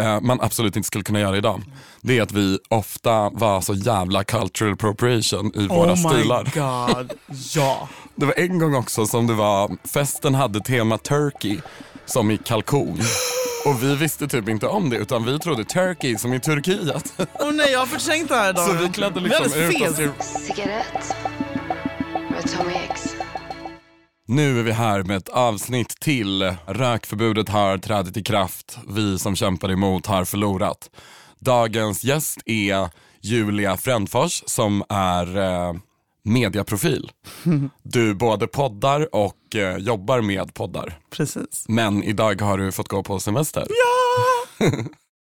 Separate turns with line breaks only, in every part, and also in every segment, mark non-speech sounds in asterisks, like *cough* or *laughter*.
eh, man absolut inte skulle kunna göra idag, det är att vi ofta var så jävla cultural appropriation i våra stilar.
Oh god, ja.
Det var en gång också som det var, festen hade tema turkey som i kalkon. Och vi visste typ inte om det utan vi trodde turkey som i Turkiet.
*laughs*
*laughs*
Åh nej, jag har förträngt det här idag.
Så vi klädde liksom
det är
ut
alldeles
oss
fel.
till...
cigarette med Tommy X.
Nu är vi här med ett avsnitt till. Rökförbudet har trädit i kraft. Vi som kämpar emot har förlorat. Dagens gäst är Julia Frändfors som är eh,
*laughs*
mediaprofil. Du både poddar och eh, jobbar med poddar.
Precis.
Men idag har du fått gå på semester. Ja!
Ah.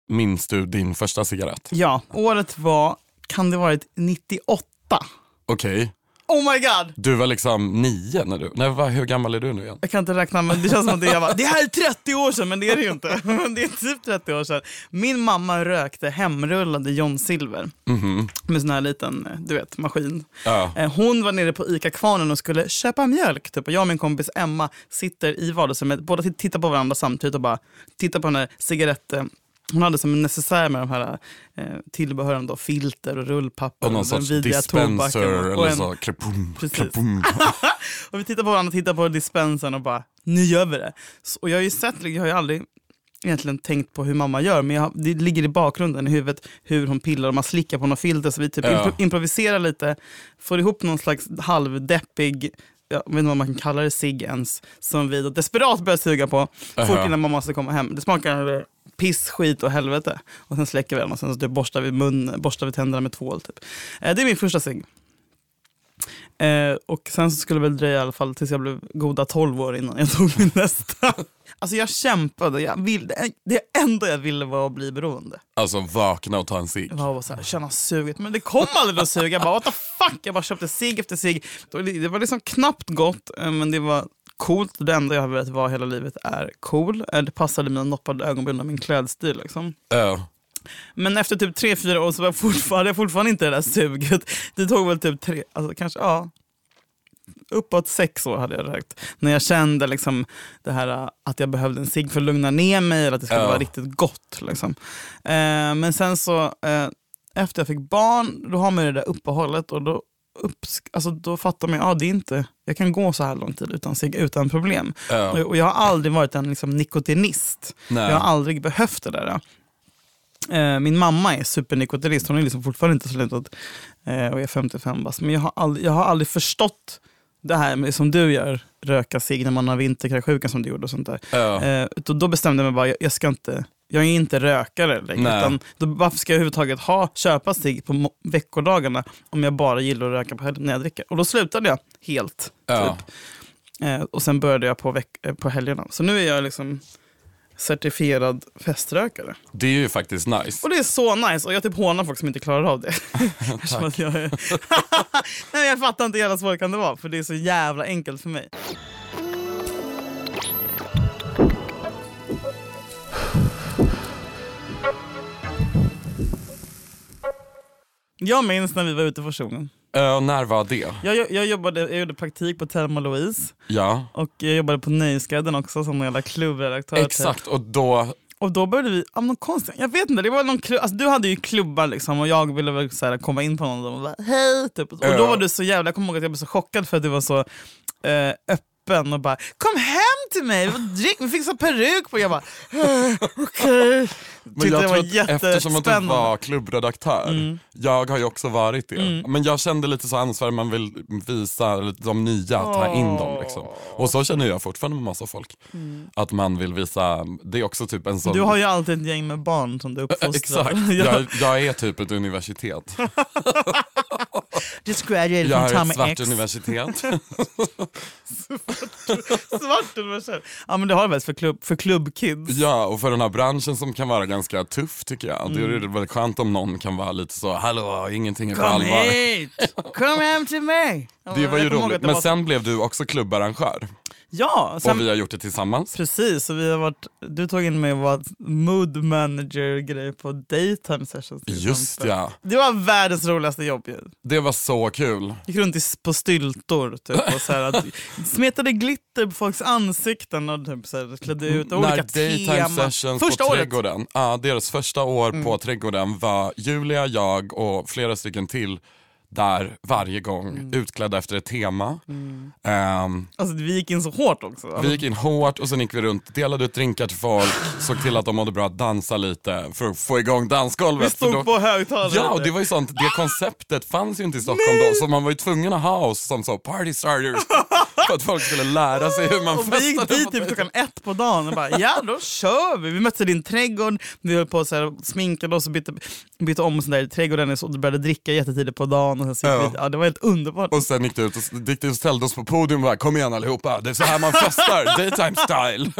Minns du din första cigarett?
Ja, året var, kan det varit 98?
Okej,
Oh my god!
du var liksom nio när du... Nej, vad, hur gammal är du nu igen?
Jag kan inte räkna men det känns som att det är, jag bara, det här är 30 år sedan men det är det ju inte. *laughs* Men det är typ 30 år sedan. Min mamma rökte hemrullade John Silver med sån här liten eh, du vet, maskin.
Mhm. Ja.
Eh, Hon var nere på ICA-kvarnen och skulle köpa mjölk. Typ. Och jag och min kompis Emma sitter i vardagsrummet, båda t- tittar på varandra samtidigt och bara tittar på den här cigaretten. Hon hade som en necessär med de här eh, tillbehören, då, filter och rullpapper.
Och någon
den
sorts
vidriga tobaken
dispenser
och
eller
en-
så. Krepum,
Precis.
krepum.
*laughs* och vi tittar på varandra, tittar på dispensen och bara, nu gör vi det. Så, och jag har ju sett, jag har ju aldrig egentligen tänkt på hur mamma gör, men jag, har- det ligger i bakgrunden i huvudet hur hon pillar och man slickar på någon filter. Så vi typ
Ja.
impro- improviserar lite, får ihop någon slags halvdeppig, jag vet inte vad man kan kalla det, cigg ens, som vi då desperat börjar suga på fort
Aha.
innan mamma måste komma hem. Det smakar piss, skit och helvete. Och sen släcker vi den och sen så typ borstar vi munnen, borstar vi tänderna med tvål. Typ. Eh, det är min första cigg. Eh, och sen så skulle det väl dröja i alla fall tills jag blev goda 12 år innan jag *laughs* tog min nästa. Alltså jag kämpade, jag ville, det enda jag ville var att bli beroende.
Alltså vakna och ta en cigg.
Jag bara var så här, känna suget, men det kom aldrig något sug. Jag bara what the fuck, jag bara köpte cigg efter cigg. Då- Det var liksom knappt gott, eh, men det var coolt. Det enda jag har velat vara hela livet är cool. Eh, Det passade mina noppade ögonbryn och min klädstil liksom.
Ja.
Men efter typ tre fyra år så var jag fortfarande, jag fortfarande inte det där suget. Det tog väl typ tre, alltså kanske, ja. Uppåt sex år hade jag rökt. När jag kände liksom det här äh, att jag behövde en cigg för att lugna ner mig eller att det skulle
Ja.
vara riktigt gott. Liksom. Eh, men sen så, eh, efter jag fick barn, då har man ju det där uppehållet och då, upps- alltså, då fattar man ju, ah, det är inte, jag kan gå så här lång tid utan cigg utan problem.
Ja.
Och, och jag har aldrig varit en liksom, nikotinist.
Nej.
Jag har aldrig behövt det där. Eh, Min mamma är supernikotinist, hon är liksom fortfarande inte slutat eh, och är 55 bast. Men jag har, aldrig, jag har aldrig förstått det här med, som du gör, röka cigg när man har vinterkräksjuka som du gjorde och sånt där.
Ja.
Eh, utan då bestämde jag mig bara, jag, jag ska inte jag är inte rökare längre.
Nej.
Utan då, varför ska jag överhuvudtaget ha, köpa cigg på mo- veckodagarna om jag bara gillar att röka på helgen när jag dricker? Och då slutade jag helt.
Ja.
Typ. Eh, och sen började jag på, veck- eh, på helgerna. Så nu är jag liksom certifierad feströkare.
Det är ju faktiskt nice.
Och det är så nice. Och jag typ hånar folk som inte klarar av det. *laughs* Eftersom att jag, är... *laughs* Nej, men jag fattar inte hur jävla svårt kan det vara. För det är så jävla enkelt för mig. Jag minns när vi var ute på zonen.
Ja, när var det?
Jag, jag, jag, jobbade, jag gjorde praktik på Thelma Louise.
Ja,
Och jag jobbade på Nöjesguiden också som någon jävla klubbredaktör. typ.
exakt. Och då,
Och då började vi, av någon konstig, jag vet inte, det var någon klubb, alltså, du hade ju klubbar liksom och jag ville väl så här, komma in på någon av dem och bara hej typ. Och då
Ja.
var du så jävla, jag kommer ihåg att jag blev så chockad för att du var så eh, öppen och bara kom hem till mig, och drick, vi fick så peruk på. Jag bara "Eh, okej.
*laughs* men
Tyckte
jag
det var
tror att eftersom att du
jättespännande. Mm.
var klubbredaktör, jag har ju också varit det. Men jag kände lite så ansvar, man vill visa lite de nya, ta in dem. Liksom. Och så känner jag fortfarande med massa folk. Att man vill visa, det är också typ en sån...
Mm. Du har ju alltid ett gäng med
*laughs*
*laughs* barn som du uppfostrar.
Exakt,
Ja. *laughs*
jag, jag är typ ett universitet.
just graduated
Jag
from
har ett
Tommy
svart
X.
universitet.
*laughs* Svart universum. Ja men det har det väl för, klubb, för klubbkids.
ja, och för den här branschen som kan vara ganska tuff tycker jag. Det är väl skönt om någon kan vara lite så, hallå, ingenting är på
Mm. Kom
allvar.
hit! Kom hem till mig! Ja,
Det
jag
var ju
kommer ihåg
roligt.
att det
Men
var-
sen blev du också klubbarrangör.
Ja, sen,
Och vi har gjort det tillsammans.
precis. Och vi har varit, du tog in mig och var mood manager-grej på daytime sessions. till
Just
exempel.
ja.
Det var världens roligaste jobb ju.
Det var så kul.
Gick runt i, på styltor typ, och så
*laughs*
här, att, smetade glitter på folks ansikten och typ, så här, klädde ut
När
olika
daytime
teman.
sessions
Första
på
året. Mm.
trädgården, ja, deras första år på trädgården var Julia, jag och flera stycken till där varje gång
Mm.
utklädda efter ett tema. Ehm,
Alltså, vi gick in så hårt också.
vi gick in hårt och sen gick vi runt, delade ut drinkar till folk, såg till att de mådde bra att dansa lite för att få igång dansgolvet.
vi stod
för då-
på högtalare.
Ja, och det var ju sånt, det konceptet fanns ju inte i Stockholm då så man var ju tvungen att ha oss som så party starters för att folk skulle lära sig hur man
Och vi gick
festade.
dit typ klockan ett på dagen och bara ja då kör vi. Vi möttes i din trädgård, vi höll på så här, sminkade oss och bytte, bytte om och sådär i trädgården och började dricka jättetidigt på dagen. Och sen så gick
Ja.
vi dit. ja, det var helt underbart.
Och sen gick det ut och, gick det ut och ställde oss på podium och bara kom igen allihopa, det är så här man festar, daytime
*laughs*
style.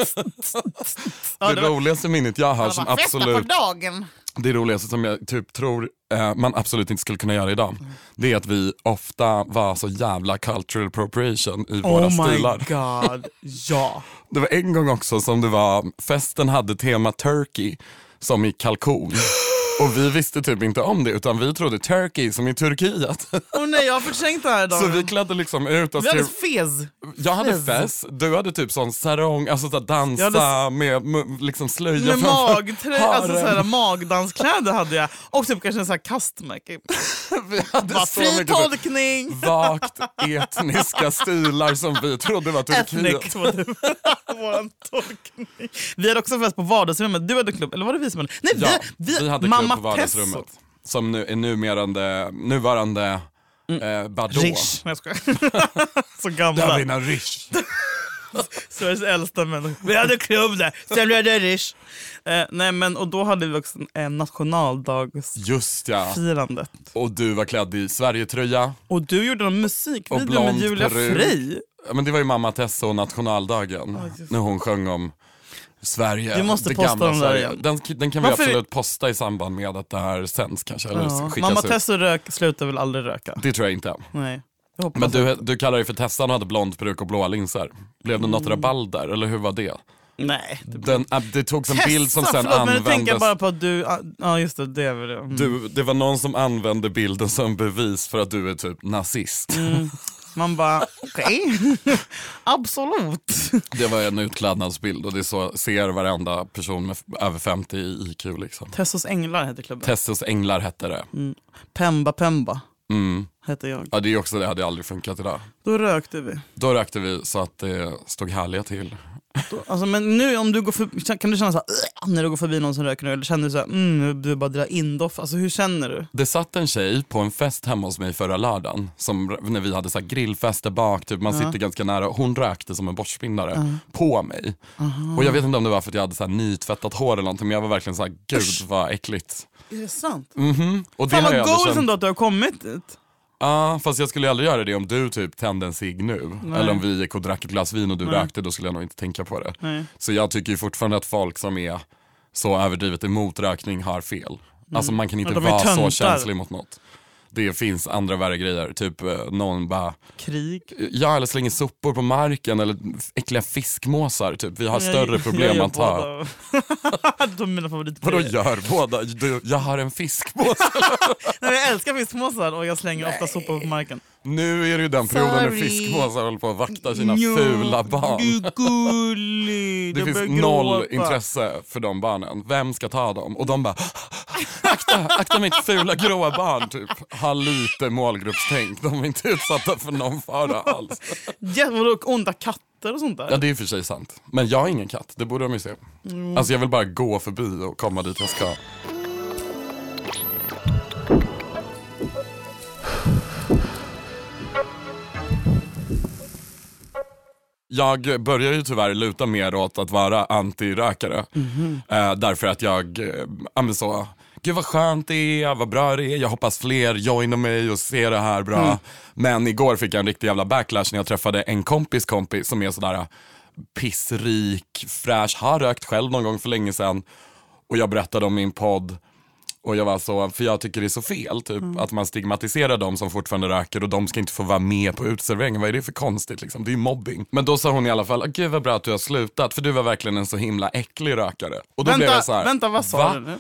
Ja,
det
det var-
roligaste minnet jag har som alltså, absolut,
dagen.
det roligaste som jag typ tror eh, man absolut inte skulle kunna göra idag, det är att vi ofta var så jävla cultural appropriation i våra
Oh my
stilar.
god, ja.
Det var en gång också som det var, festen hade tema turkey som i
*gasps*
kalkon. Och vi visste typ inte om det utan vi trodde turkey som i Turkiet. *laughs*
Åh nej jag har förträngt det här
Så
dagen.
vi klädde liksom ut oss
Vi hade
till,
fez.
jag hade
fest.
fest, du hade typ sån sarong, alltså så dansa
Jag hade
med, med liksom slöja
Med
framför
magträ, alltså
haren.
såhär, magdanskläder hade jag. Och typ kanske en sån här
*laughs*
kastmärke.
Vi hade
Bara
så
Fri
mycket så-
tolkning!
vagt etniska stilar som vi trodde var Turkiet.
Ethnic var
*laughs*
det. Våran tolkning. Vi hade också fest på vardagsrummet. Du hade klubb, eller var det vi som hade? Nej,
Ja,
vi, vi,
vi hade
mamma
klubb på vardagsrummet.
Tesso.
Som nu är numerande, nuvarande eh, Bardot.
Mm. Rish. Nej, jag skojar. *laughs* Så
Där
gamla.
vinner Rish.
Sveriges äldsta människa. Vi hade klubb där, sen blev det Rish. Eh, nej, men, och då hade vi också en nationaldagsfirande.
Just ja. Och du var klädd i Sverigetröja.
Och du gjorde en musikvideo med
blond
Julia
peruk.
Frey.
Ja, Men det var ju mamma Tessa och nationaldagen. när hon sjöng om Sverige.
Vi måste
det
posta
gamla
den där
Sverige.
igen.
Den, den kan vi
Varför-
absolut posta i samband med att det här sänds kanske. Eller
Ja.
skickas
Mamma
ut.
Tessa rök, slutar väl aldrig röka?
Det tror jag inte.
Nej. Jag hoppas
Men du, du kallar dig för Tessan och hade blond peruk och blåa linser. Blev det något
Mm.
rabalder eller hur var det?
Nej. det-
Den, äh, det togs en bild som sen
förlåt, men nu tänker jag
användes.
bara på att du... Ja, just det. Det är väl det. Mm.
Du, det var någon som använde bilden som bevis för att du är typ nazist.
Mm. Man bara, okej. *laughs* Absolut.
*laughs* Det var en utklädnadsbild och det är så ser varenda person med f- över 50 i IQ. Liksom.
Tessos änglar heter klubben.
Tessos änglar hette det.
Mm. Pemba Pemba
Mm.
heter jag.
Ja, det är också det, hade aldrig funkat idag.
Då rökte vi.
Då rökte vi så att det stod härliga till.
Då, alltså, men nu om du går förbi, kan du känna så här, "Ugh", när du går förbi någon som röker nu? Eller känner du så här, mm, du bara drar in doft? Alltså hur känner du?
Det satt en tjej på en fest hemma hos mig förra lördagen, som, när vi hade så här grillfest där bak, typ, man sitter ganska nära. Hon rökte som en borstspindare på mig. Och Jag vet inte om det var för att jag hade så här nytvättat hår eller någonting, men jag var verkligen så här, gud vad äckligt.
Är det sant?
Och Mm, det
Fan
har
vad
jag aldrig
goals
känt-
ändå att du har kommit dit.
Ja, fast jag skulle aldrig göra det om du typ tände en cigg nu. Eller om vi gick och drack ett glas vin och du rökte, då skulle jag nog inte tänka på det.
Nej.
Så jag tycker ju fortfarande att folk som är så överdrivet emot rökning har fel. Alltså man kan inte
Mm. Ja, de är
vara så
töntar.
känslig mot något. Det finns andra värre grejer, typ eh, någon bara,
Krig.
ja eller slänger sopor på marken eller äckliga fiskmåsar typ. Vi har större problem
gör
att ha.
båda. eh, *laughs* de är mina favoriter.
Vadå gör båda? Du, jag har en fiskmås. *laughs*
Nej, Jag älskar fiskmåsar och jag slänger ofta sopor på marken.
nu är det ju den perioden när
Sorry.
fiskmåsar håller på att vakta sina
Ja,
fula barn.
Du är gullig.
Det
Jag
finns
börjar
noll
gråta.
intresse för de barnen. Vem ska ta dem? Och de bara, "Ah, akta, akta mitt fula gråa barn. Typ. Ha lite målgruppstänk. De är inte utsatta för någon fara alls.
Ja, vadå, onda katter och sånt där?
Ja, det är i och för sig sant. Men jag har ingen katt, det borde de ju se. Alltså jag vill bara gå förbi och komma dit jag ska. Jag börjar ju tyvärr luta mer åt att vara antirökare. Eh, därför att jag eh, ja, men så, gud vad skönt det är, vad bra det är, jag hoppas fler joinar mig och ser det här bra. Men igår fick jag en riktig jävla backlash när jag träffade en kompis kompis som är sådär pissrik, fräsch, har rökt själv någon gång för länge sedan. Och jag berättade om min podd och jag var så, för jag tycker det är så fel typ,
Mm.
att man stigmatiserar de som fortfarande röker och de ska inte få vara med på uteserveringen. Vad är det för konstigt liksom? Det är ju mobbing. Men då sa hon i alla fall, gud vad bra att du har slutat för du var verkligen en så himla äcklig rökare. Och då blev
vänta,
jag så här,
vänta, vad sa
"Va?"
du nu?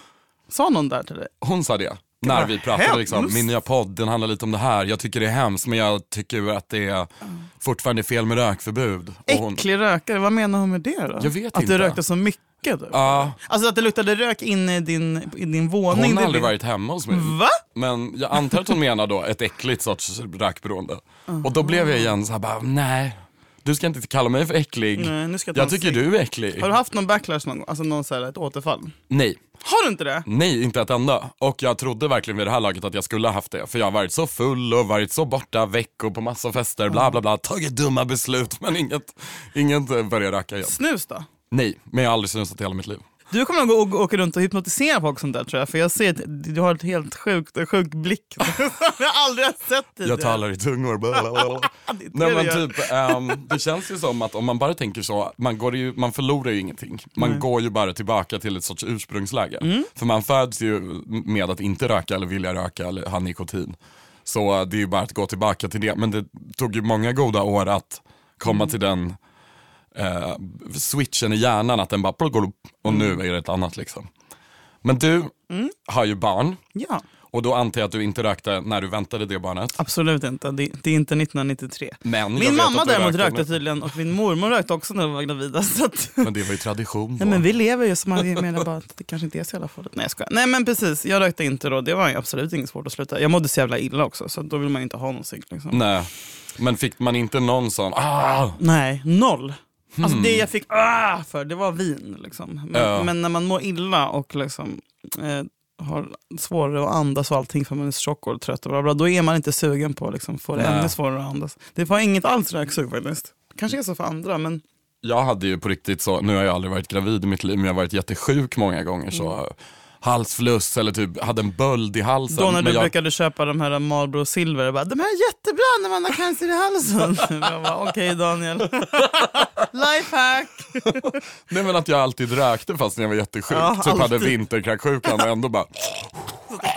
Sa någon där till dig?
Hon sa det. När vi pratade
hemskt.
liksom, min nya podd den handlar lite om det här, jag tycker det är hemskt men jag tycker ju att det är
Mm.
fortfarande fel med rökförbud. Och hon,
Äcklig rökare, vad menar hon med det då?
Jag vet
att
inte.
du rökte så mycket? Du?
Ja,
Alltså att det luktade rök inne i din, i din våning?
hon
det
har aldrig
blir-
varit hemma hos mig.
Va?
Men jag antar att hon menar då ett äckligt sorts rökberoende. Och då blev jag igen så här bara, nej. Du ska inte kalla mig för äcklig.
Nej, nu ska jag ta
jag
en
tycker
cigg.
du är äcklig.
Har du haft någon backlash någon gång? Alltså någon så här, ett återfall?
Nej.
Har du inte det?
Nej, inte ett enda. Och jag trodde verkligen vid det här laget att jag skulle ha haft det. För jag har varit så full och varit så borta veckor på massa fester, bla bla bla. Tagit dumma beslut *laughs* men inget, inget eh, börjar röka igen.
Snus då?
Nej, men jag har aldrig snusat i hela mitt liv.
Du kommer nog gå och åka runt och hypnotisera folk sånt där tror jag, för jag ser att du har ett helt sjukt, en sjuk blick. *laughs* jag har aldrig sett dig.
Jag talar i tungor. bla, bla, bla, bla.
*laughs* det är det
Nej, men
du gör.
typ, ehm, det känns ju som att om man bara tänker så, man, går ju, man förlorar ju ingenting. Man går ju bara tillbaka till ett sorts ursprungsläge.
Mm.
För man föds ju med att inte röka eller vilja röka eller ha nikotin. Så det är ju bara att gå tillbaka till det. Men det tog ju många goda år att komma
Mm.
till den eh, switchen i hjärnan, att den bara plogolup, och
Mm.
nu är det ett annat liksom. Men du har ju barn
Ja,
och då antar jag att du inte rökte när du väntade det barnet.
absolut inte. Det, det är inte 1993.
Men jag
Min
vet
mamma
att du
däremot
röker
rökte typ-
nu.
tydligen och min mormor rökte också när de var gravida. *laughs* Så att,
Men det var ju tradition då.
nej, men vi lever ju som man menar bara att det kanske inte är så jävla farligt. Nej jag skojar. Nej men precis, jag rökte inte då. Det var ju absolut inget svårt att sluta. Jag mådde så jävla illa också så då vill man ju inte ha någonting. Liksom.
Nej. Men fick man inte någon sån, ah!
Nej, noll. Alltså det jag fick ah, för det var vin. Liksom. Men,
Hmm. Ja.
men när man mår illa och liksom, eh, har svårare att andas och allting för man är så tjock och trött och bla bla, då är man inte sugen på att liksom, få det
Nej.
ännu svårare att andas. Det var inget alls röksug faktiskt. Kanske är så för andra men
Jag hade ju på riktigt så, nu har jag aldrig varit gravid i mitt liv men jag har varit jättesjuk många gånger så halsfluss eller typ hade en böld i halsen.
Mm. då när du
men jag,
brukade köpa de här Marlboro Silver, jag bara, de här är jättebra när man har cancer i
*laughs*
halsen. jag bara, okej Daniel. Lifehack.
Nej men att jag alltid rökte fast när jag var jättesjuk.
Ja,
typ
alltid.
hade vinterkräksjukan och ändå bara,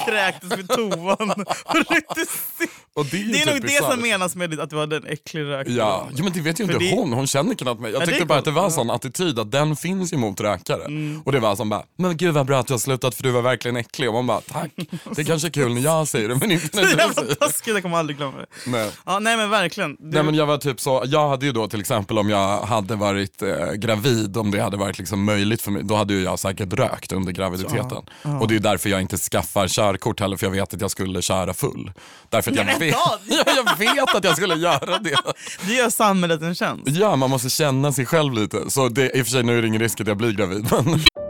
Kräktes vid toan. *laughs* Och ryckte sig.
och det är ju
Det är
typ
nog det
bisarrt.
som menas med att det var den äcklig röken. *laughs*
Ja, jo, men det vet ju inte
För det-
hon. Hon känner knappt mig. Jag
Ja, Mm. det är
tyckte bara att det
coolt.
var en sån attityd att den finns ju mot rökare. Och det var som bara, men gud vad bra att du har slutat för du var verkligen äcklig. Och man bara, tack. Det kanske är kul när jag säger det men inte när
*laughs*
*laughs* du
Så
säger
jävla
det.
taskigt, jag kommer aldrig glömma det.
Nej.
Ja, nej men verkligen. Du,
Nej men jag var typ så, jag hade ju då till exempel om jag hade varit eh, gravid, om det hade varit liksom möjligt för mig, då hade ju jag säkert rökt under graviditeten. Och det är därför jag inte skaffar körkort heller, för jag vet att jag skulle köra full. Därför att jag,
Nej, men
vet, *laughs* ja,
Daniel!
jag vet att jag skulle göra det.
du gör samhället en tjänst.
Ja, man måste känna sig själv lite. Så det, i och för sig nu är det ingen risk att jag blir gravid. Men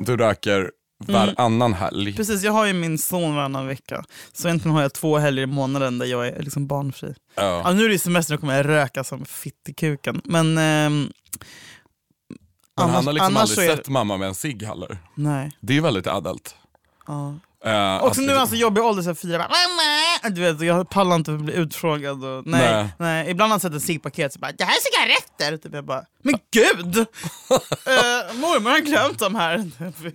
du röker varannan helg.
Mm. Precis, jag har ju min son varannan vecka. Så egentligen har jag två helger i månaden där jag är liksom barnfri. Ja, nu är det semester och kommer jag röka som fittikuken. Men, ehm,
Men han har liksom
annars
aldrig
så är-
sett mamma med en cigg heller.
Nej.
Det är ju väldigt adult. Eh,
Och så
att-
nu alltså- är han så jobbig ålder, så här fyra bara, "Mamma!" du vet, jag pallar inte att bli utfrågad. Och, nej,
Nej.
nej. Ibland har han sett ett ciggpaket så bara, det här är cigaretter! Typ, jag bara, men gud! Eh, mormor har glömt dem här.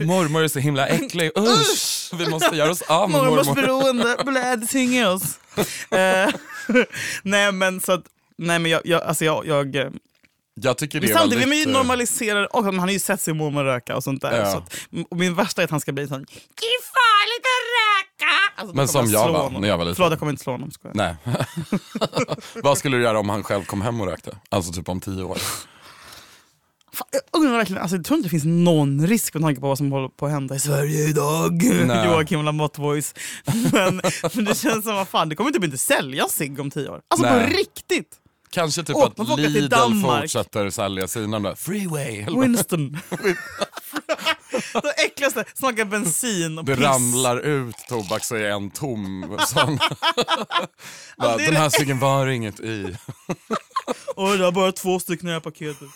Mormor är så
*laughs*
himla äcklig, usch! Vi måste göra oss av med
Mormors
mormor.
beroende, blä, det
*laughs*
tynger oss. Eh, *laughs* nej men så att, nej men jag, jag, alltså jag, jag eh,
Jag tycker det
Men
är väldigt...
samtidigt, vi
eh,
normaliserar och han har ju sett sin mormor röka och sånt där.
Ja.
Så att, och min värsta är att han ska bli sån, det är farligt att röka! Alltså, då
Men
kommer
som jag
slå
var
honom.
när jag var liten.
Förlåt, jag kommer inte slå honom. skojar.
Nej. *laughs* Vad skulle du göra om han själv kom hem och rökte? Alltså typ om tio år.
Fan, jag undrar verkligen, alltså, jag tror inte det finns någon risk med tanke på vad som håller på att hända i Sverige idag. *laughs*
Nej.
Joakim Lamotte voice. *laughs* Men, men det känns som, vad fan, det kommer typ inte säljas cigg om tio år. Alltså
Nej.
på riktigt!
Kanske typ
Åh, man får
att
åka till
Lidl
Danmark.
fortsätter sälja sina där. freeway. eller vad
*laughs* Winston. det äckligaste, smakar bensin och
Det
piss.
ramlar ut tobak så är en tom
*laughs*
sån. *laughs*
Ja,
Bara,
det är
Den
det-
här ciggen var inget
*laughs*
i.
Oj, det var bara två stycken i det
*laughs*
här paketet.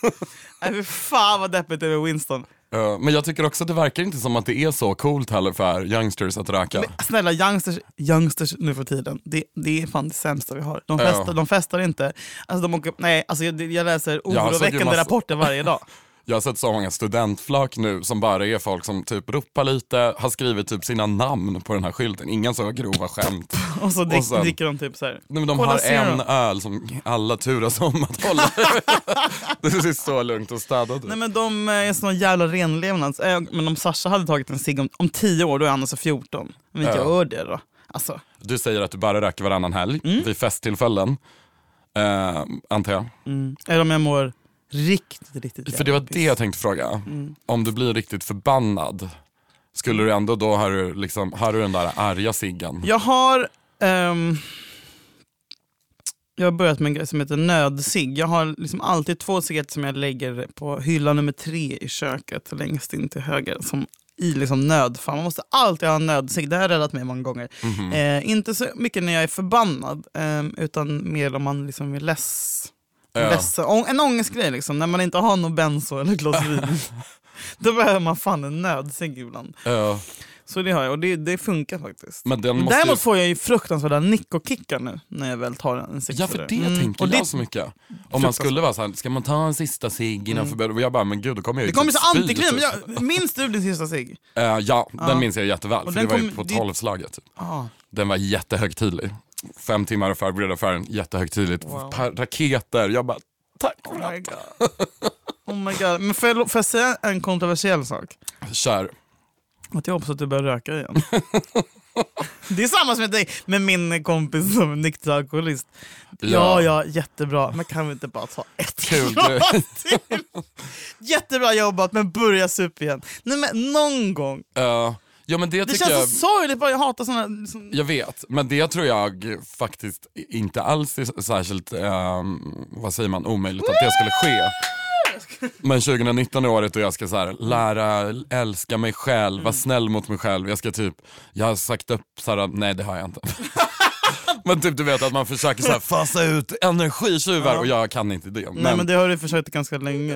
Nej, fy fan vad deppigt det är med Winston.
Ja, Eh, Men jag tycker också att det verkar inte som att det är så coolt heller för youngsters att röka.
Snälla, youngsters, youngsters nu för tiden, det, det är fan det sämsta vi har. De festar,
Ja.
de festar inte. Alltså, de åker, nej, alltså, jag, jag läser
såg ju
oroväckande
massa-
rapporter
*laughs*
varje dag.
Jag har sett så många studentflak nu som bara är folk som typ ropar lite, har skrivit typ sina namn på den här skylten. Inga så grova
*laughs*
skämt.
Och så drick,
sen-
dricker de typ så här.
Nej, men de
Cola
har
Zero.
en öl som alla turas om att hålla.
*laughs*
*laughs* det ser så lugnt och städat ut.
Nej men de eh, är sån jävla renlevnads... eh, Men om Sasha hade tagit en cigg om, om tio år, då är han alltså 14. Men inte
Ja.
gör det då. Alltså,
Du säger att du bara röker varannan helg
Mm.
vid festtillfällen. Eh, antar jag.
eller om jag mår riktigt, riktigt
För det var
jävla Mm.
det jag tänkte fråga. Om du blir riktigt förbannad, skulle du ändå då har du, liksom, har du den där arga ciggen?
Jag har... ehm, jag har börjat med en grej som heter nödsig. Jag har liksom alltid två cigaretter som jag lägger på hylla nummer tre i köket längst in till höger. Som i liksom nödfall. Man måste alltid ha en nödsig. Det har räddat mig många gånger.
Mhm.
Eh, inte så mycket när jag är förbannad, ehm, utan mer om man liksom är less.
Ja.
En, less, å- en ångestgrej, liksom, när man inte har någon benzo eller glas
*laughs*
vin. Då behöver man fan en nödsig ibland.
Eh,
Så det har jag och det, det funkar faktiskt.
men den måste
Däremot
ju...
får jag ju fruktansvärda nickokickar nu när jag väl tar en sexare.
Ja för det tänker
Mm. och
jag så mycket. Om man skulle vara såhär, ska man ta en sista cigg innan förbud? Och jag bara, men gud då kommer jag ju
Mm. Det kommer
typ
så
spy,
antiklim.
typ.
Jag, minns du din
*laughs*
sista cigg?
Eh, ja, den minns jag jätteväl. För
Och
det
den
var ju
kom-
på
det-
tolvslaget. Typ. Den var jättehögtidlig. Fem timmar att förbereda affären, jättehögtidligt.
Wow.
Pa- Raketer, jag bara tack.
Oh my god. Oh my god. Men får jag, lo- får jag säga en kontroversiell sak?
Kör.
Att jag hoppas att du börjar
*laughs*
röka igen. Det är samma som med dig, med min kompis som är nykter alkoholist. Ja. ja, jättebra. Men kan vi inte bara ta ett
Kul.
glas till? Jättebra jobbat, men börja supa igen. Nej, men någon gång.
Eh, ja, men det,
Det
tycker
känns
jag...
så sorgligt. bara. Jag hatar såna... Liksom,
Jag vet, men det tror jag faktiskt inte alls är särskilt, ehm, vad säger man, omöjligt att det skulle ske. Men 2019 är året och jag ska så här, lära älska mig själv,
Mm.
vara snäll mot mig själv. Jag ska typ, jag har sagt upp så här, nej det har jag inte. *laughs* men typ du vet att man försöker så här, fasa ut energitjuvar och jag kan inte det. Men,
Nej men det har du försökt ganska länge.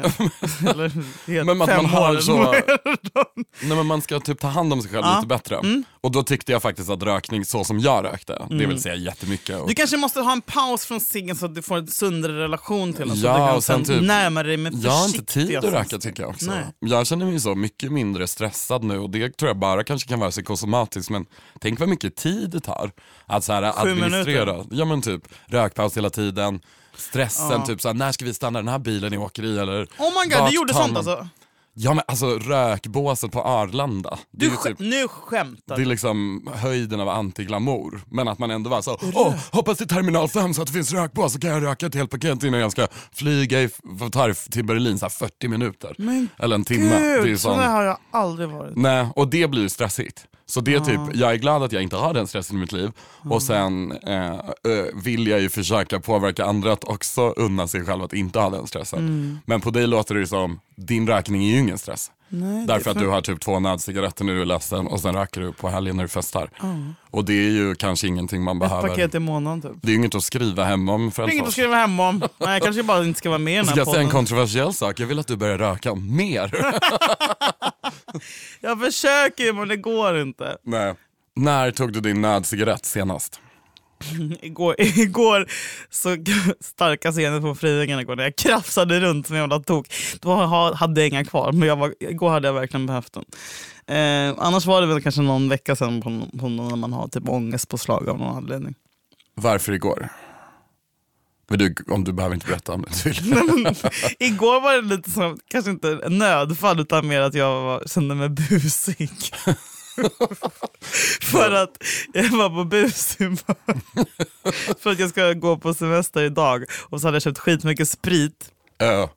Eller,
*laughs*
helt
Men att
fem
man har
år.
så- nej, men man ska typ ta hand om sig själv lite bättre.
Mm.
Och då tyckte jag faktiskt att rökning så som jag rökte, det vill säga jättemycket. Och,
Du kanske måste ha en paus från ciggen så att du får en sundare relation till den. så
Ja,
att du
och
kan
sen
sen
typ-
närma dig med
Jag har inte tid
försiktiga
att röka
steg.
tycker jag också.
Nej.
Jag känner mig så mycket mindre stressad nu och det tror jag bara kanske kan vara psykosomatiskt men tänk vad mycket tid det tar att så här administrera. Ja men typ rökpaus hela tiden, stressen, typ så här, när ska vi stanna den här bilen jag åker i eller
Oh my god,
vart
du gjorde
tar
sånt
man-
alltså?
Ja men alltså rökbåset på Arlanda. Det
Du
är ju
skä-
typ-
Nu skämtar
det är
du.
liksom höjden av antiglamour. Men att man ändå var så, åh hoppas till terminal 5 så att det finns rökbås så kan jag röka ett helt paket innan jag ska flyga i Tarf till Berlin så här 40 minuter. Eller en timme. det är
Gud, sån
sån...
där har jag aldrig varit.
Nej, och det blir ju stressigt. Så det är typ, jag är glad att jag inte har den stressen i mitt liv.
Mm.
Och sen eh, eh, vill jag ju försöka påverka andra att också unna sig själv att inte ha den stressen.
Mm.
Men på dig låter det ju som, din rökning är ju ingen stress. Därför att du har typ två nödcigaretter när du är ledsen och sen röker du på helgen när du festar. Och det är ju kanske ingenting man
Ett
behöver.
paket i månaden typ.
Det är ju inget att skriva hem om för
Det är inget att
en sak.
skriva hem om. Nej, jag kanske bara inte ska vara med i den
Ska
här
jag säga en
podden. *laughs*
kontroversiell sak? Jag vill att du börjar röka mer.
Jag försöker ju men det går inte.
Nej. När tog du din nödcigarett senast?
Igår, *laughs* igår så starka scener på Friängarna igår när jag krafsade runt som en jävla tok. Då ha- hade jag inga kvar, men jag var, igår hade jag verkligen behövt den. Eh, annars var det väl kanske någon vecka sedan på, på när man har typ ångestpåslag av någon anledning.
Varför igår? Men du, om du behöver inte berätta om
*laughs*
det. vill.
Igår var det lite som, kanske inte en nödfall utan mer att jag var, kände mig busig. För att jag var på bushumör. *laughs* För att jag ska gå på semester idag och så hade jag köpt skitmycket sprit.
Ja,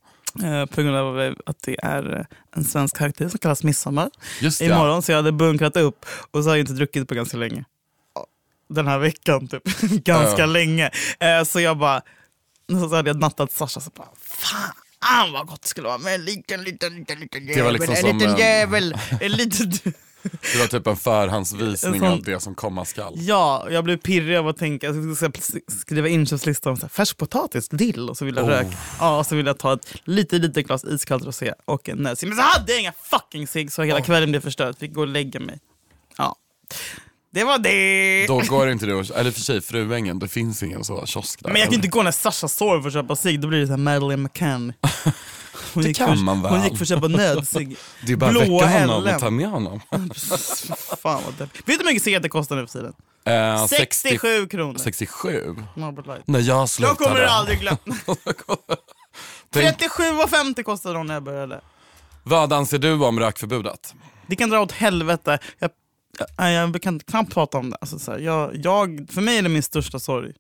Eh, på grund av att det är eh, en svensk högtid som kallas midsommar
just det.
imorgon. Så jag hade bunkrat upp och så har jag inte druckit på ganska länge. Den här veckan typ. *laughs* ganska
Ja.
länge. Eh, så jag bara, så så hade jag nattat Sasha så bara, fan vad gott det skulle vara med en liten, liten, liten, liten jävel.
Det var liksom
en
som
liten
en-
jävel. En liten...
Det var typ en förhandsvisning
En sån-
av det som komma skall.
Ja, jag blev pirrig av att tänka, jag skulle sk- skriva inköpslistan om så här, färskpotatis, dill och så vill jag
Oh.
rök. Ja, och så vill jag ta ett lite, lite glas iskallt rosé och en nötsing. Men så hade jag inga fucking cigg så hela
Oh.
kvällen blev förstörd. Fick gå och lägga mig. Ja. Det var det!
Då går inte du att- eller för sig Fruängen, det finns ingen så kiosk där.
Men jag kan inte gå när Sasha sover för att köpa cigg, då blir det så här
*laughs*
Madeleine McCann. Hon
Det
gick
kan
för,
man väl?
Hon gick för att köpa nödsig.
det är bara att
Blåa
väcka honom
Ellen.
och ta med honom.
*laughs* Fan vad deppigt. Vet du hur mycket cigaretter kostar nu för tiden?
Eh,
67 kronor.
67?
Marlboro Light.
När jag
Jag
slutade.
kommer aldrig glömma.
*laughs* Tänk,
37,50 kostade de när jag började.
vad anser du om rökförbudet?
Det kan dra åt helvete. Jag, jag, jag kan knappt prata om det. Alltså, så här, jag, jag, för mig är det min största sorg.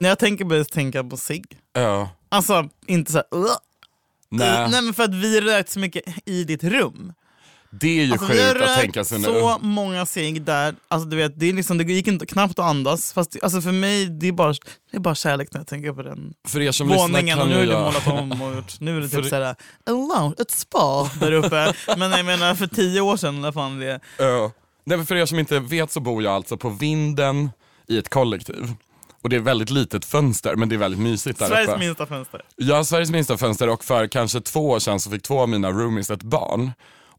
När jag tänker på det så tänker jag på sig.
Ja.
Alltså inte så här, "Ugh."
Nej,
Nej men för att vi rökt så mycket i ditt rum.
det är ju
Alltså, vi har
sjukt att
rökt
tänka sig nu.
så många cigg där. Alltså, du vet, det, är liksom, det gick inte, knappt att andas. Fast, alltså, för mig det är bara, det är bara kärlek när jag tänker på den
För er som lyssnar
våningen. Och
kan
nu
ju
är det
jag...
målat om och gjort. Nu är det
*laughs*
typ
För-
såhär, alone, ett spa där uppe. Men jag menar för tio år sedan, när fan det
Ja. Nej, men för er som inte vet så bor jag alltså på vinden i ett kollektiv. Och det är väldigt litet fönster men det är väldigt mysigt där uppe.
Sveriges minsta fönster.
Ja, Sveriges minsta fönster och för kanske två år sedan så fick två av mina roomies ett barn.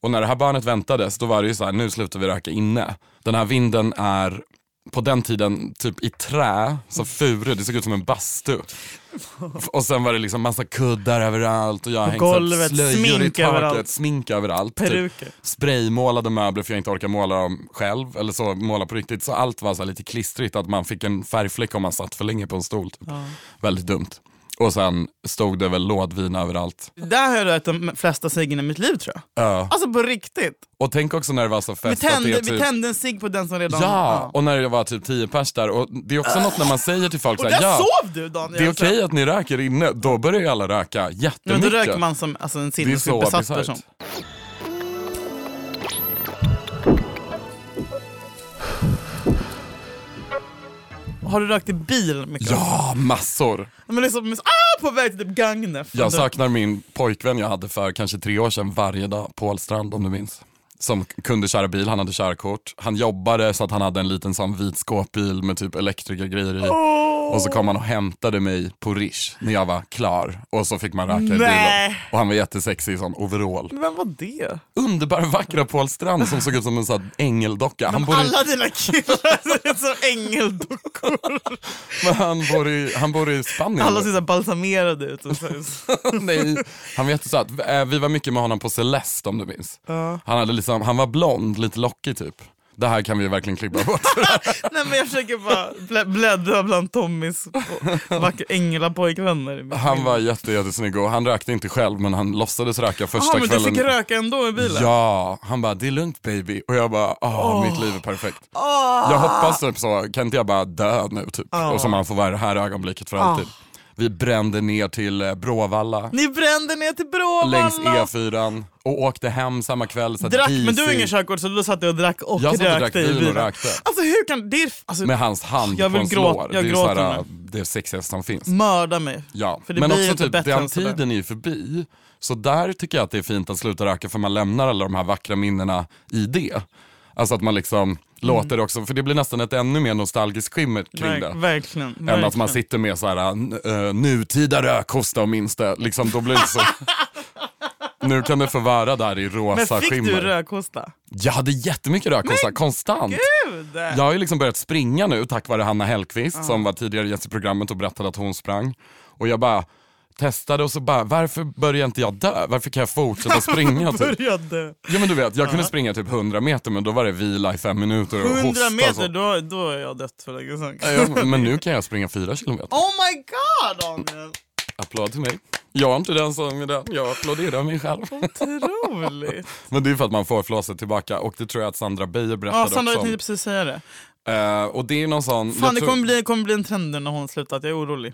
Och när det här barnet väntades då var det ju så här, nu slutar vi röka inne. Den här vinden är på den tiden typ i trä, som furu, det såg ut som en
*laughs*
bastu. Och sen var det liksom massa kuddar överallt och jag hängde
golvet,
slöjor i
smink
taket,
överallt.
smink överallt. typ.
Peruker.
spraymålade möbler för jag inte orkar måla dem själv eller så måla på riktigt. Så allt var så här lite klistrigt, att man fick en färgfläck om man satt för länge på en stol. Typ. Väldigt dumt. Och sen stod det väl lådvin överallt.
Där har jag rökt de flesta ciggen i mitt liv tror jag.
Ja.
Alltså på riktigt.
Och tänk också när det var så
Vi
fest att det
tände,
är
vi
typ...
tände en cigg på den som redan...
Ja, och när det var typ 10 pers där. Och det är också något när man säger till folk
Och
så
där
här, ja,
sov du Daniel!
det är okej att ni röker inne. Då börjar ju alla röka
Men då
jättemycket.
röker man som alltså, en
det är
sinnessjuk
så
besatt
bisarrt.
person. Har du rökt i bil mycket?
Ja, massor.
Men liksom, ah, på väg till typ Gagnef.
Jag
Du-
saknar min pojkvän jag hade för kanske tre år sedan varje dag, Paul Strand om du minns. Som kunde köra bil, han hade körkort. Han jobbade så att han hade en liten sån vit skåpbil med typ elektrikergrejer i. Och så kom han och hämtade mig på Rish när jag var klar. Och så fick man röka i bilen.
Nej.
Och han var jättesexig i sån overall.
Vem var det?
Underbar vackra Paul Strand som såg ut som en sån här ängeldocka. Han bor i,
Alla dina killar ser ut som ängeldockor.
men han bor i, han bor i Spanien.
Alla
nu.
ser så här balsamerade ut. Och så här.
*laughs* Nej, han var jättesöt. Eh, Vi var mycket med honom på Celeste om du minns. Han, hade liksom, han var blond, lite lockig typ. Det här kan vi ju verkligen klippa
*laughs*
bort.
Nej, men jag försöker bara blä- bläddra bland Tommys vackra änglapojkvänner. i mitt
Han
minne.
var jätte, jättesnygg och han rökte inte själv men han låtsades röka första
ah, men du
kvällen.
fick röka ändå i bilen?
Ja, han bara det är lugnt baby och jag bara åh mitt liv är perfekt. Jag hoppas typ så, kan inte jag bara dö nu typ? Och som han får vara i det här ögonblicket för alltid. Vi brände ner till eh, Bråvalla,
Ni brände ner till
längs E
Bråvalla!
E4 och åkte hem samma kväll. Så att
Drack, men du har
disig-
ingen körkort så då satt du och drack och
Jag satt och
rökte
drack
i
vin och
bilen.
rökte.
Alltså hur kan... Det är, f- alltså,
med hans hand
Jag
på
vill
ens
gråta-
lår.
jag
det är så
gråter
här,
nu.
det sexigaste som finns.
Mörda mig.
Ja.
För det
Men
blir
också
inte
typ,
bättre
den
än så där.
tiden är ju förbi. Så där tycker
Mm.
jag att det är fint att sluta röka för man lämnar alla de här vackra minnena i det. Alltså att man liksom, låter det också. För det blir nästan ett ännu mer nostalgiskt skimmer kring
Verk-
det.
Verkligen.
Än
verkligen.
att man sitter med så här, n- eh, nutida rök, hosta och minsta. Liksom, då blir det
*laughs*
så... nu kan du förvara där i
Men
rosa
fick
skimmer.
du rökhosta?
Jag hade jättemycket rökhosta, konstant.
Gud!
Jag har ju liksom börjat springa nu tack vare Hanna Hellqvist som var tidigare gäst i programmet och berättade att hon sprang. Och jag bara testade och så bara, varför börjar inte jag dö? Varför kan jag
*laughs*
fortsätta springa? typ?
Började.
Ja men du vet, jag kunde springa typ 100 meter men då var det vila i fem minuter och
100
hosta.
meter,
Så.
då, då är jag dött för länge sedan.
Ja, men nu kan jag springa fyra kilometer.
*laughs* Oh my god Daniel!
Applåd till mig. Jag är inte den som är den, jag applåderar mig
*laughs*
själv.
Otroligt!
Men det är för att man får flåset tillbaka och det tror jag att Sandra Beijer berättade
Ja, Sandra, jag
också om.
tänkte precis säga det.
Eh, och det är någon sån... jag
Fan, det
tror-
kommer bli, det kommer bli en trend nu när hon slutar, att jag är orolig.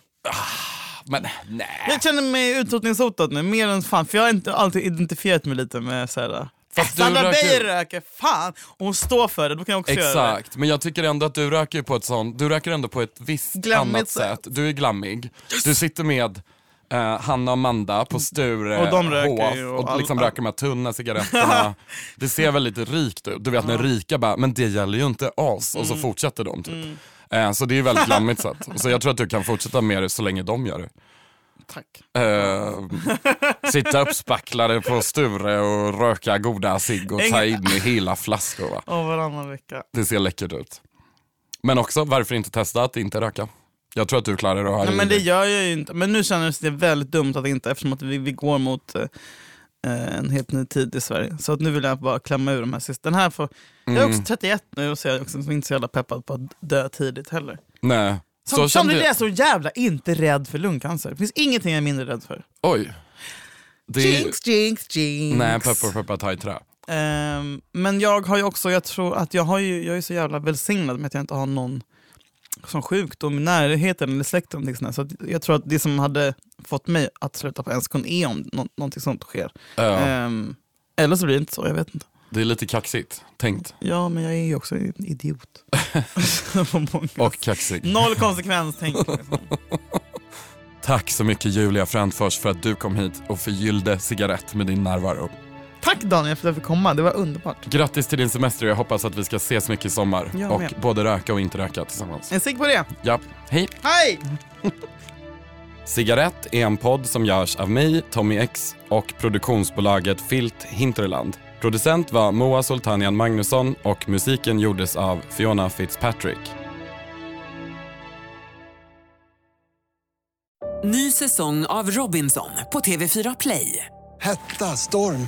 Men nej.
Jag känner mig utrotningshotad nu, mer än fan. För jag har inte alltid identifierat mig lite med såhär...
Fast du
Sandra
röker-
Beijer röker, fan! Och hon står för det, då kan jag också göra det.
Exakt, men jag tycker ändå att du röker på ett sånt, du röker ändå på ett visst
Glammigt
annat sätt. Du är glammig. Du sitter med eh, Hanna och Amanda på Sture
Och de röker
Hof
ju och
och,
all-
liksom
all-
röker med tunna
*laughs*
cigaretterna. det ser väldigt rikt ut. Du vet när rika bara, men det gäller ju inte oss. Och så
Mm.
fortsätter de typ. Eh, så det är ju
*laughs*
väldigt glammigt sätt. Så jag tror att du kan fortsätta med det så länge de gör det.
Tack.
Eh, sitta uppspacklade på Sture och röka goda cigg och ta in i hela flaskor. Va?
Och varannan vecka.
Det ser läckert ut. Men också, varför inte testa att inte röka? Jag tror att du klarar det. och har
Nej, men
det
det
i dig.
gör jag ju inte. Men nu känner jag att det är väldigt dumt att inte, eftersom att vi, vi går mot eh, en helt ny tid i Sverige. Så att nu vill jag bara klämma ur de här sista. Den här får, Jag
Mm.
är också 31 nu och så är jag också inte så jävla peppad på att dö tidigt heller.
Nej. Så
Som, som
kände
det är
jag-
så jävla inte rädd för lungcancer. Det finns ingenting jag är mindre rädd för.
Oj. Det är...
Jinx, jinx, jinx.
Nej, peppar, peppar, ta i trä.
Ehm, men jag har ju också, jag tror att jag, har ju, jag är så jävla välsignad med att jag inte har någon som sjukdom i närheten eller släkten. eller någonting sånt där. Så att jag tror att det som hade fått mig att sluta på en sekund är om nå- någonting sånt sker.
Ja,
Ehm, eller så blir det inte så, jag vet inte.
Det är lite kaxigt tänkt.
Ja, men jag är ju också en idiot. på många
Och kaxig.
Noll konsekvenstänk. Liksom.
Tack så mycket Julia Frändfors för att du kom hit och förgyllde cigarett med din närvaro.
Tack Daniel för att jag fick komma, det var underbart.
Grattis till din semester och jag hoppas att vi ska ses mycket i sommar.
Jag
Och
med. Eh.
både röka och inte röka tillsammans.
En cigg på det.
Ja, hej!
Hej!
Cigarett är en podd som görs av mig, Tommy X och produktionsbolaget Filt Hinterland. Producent var Moa Sultanian Magnusson och musiken gjordes av Fiona Fitzpatrick.
Ny säsong av Robinson på TV4 Play.
Hetta, storm,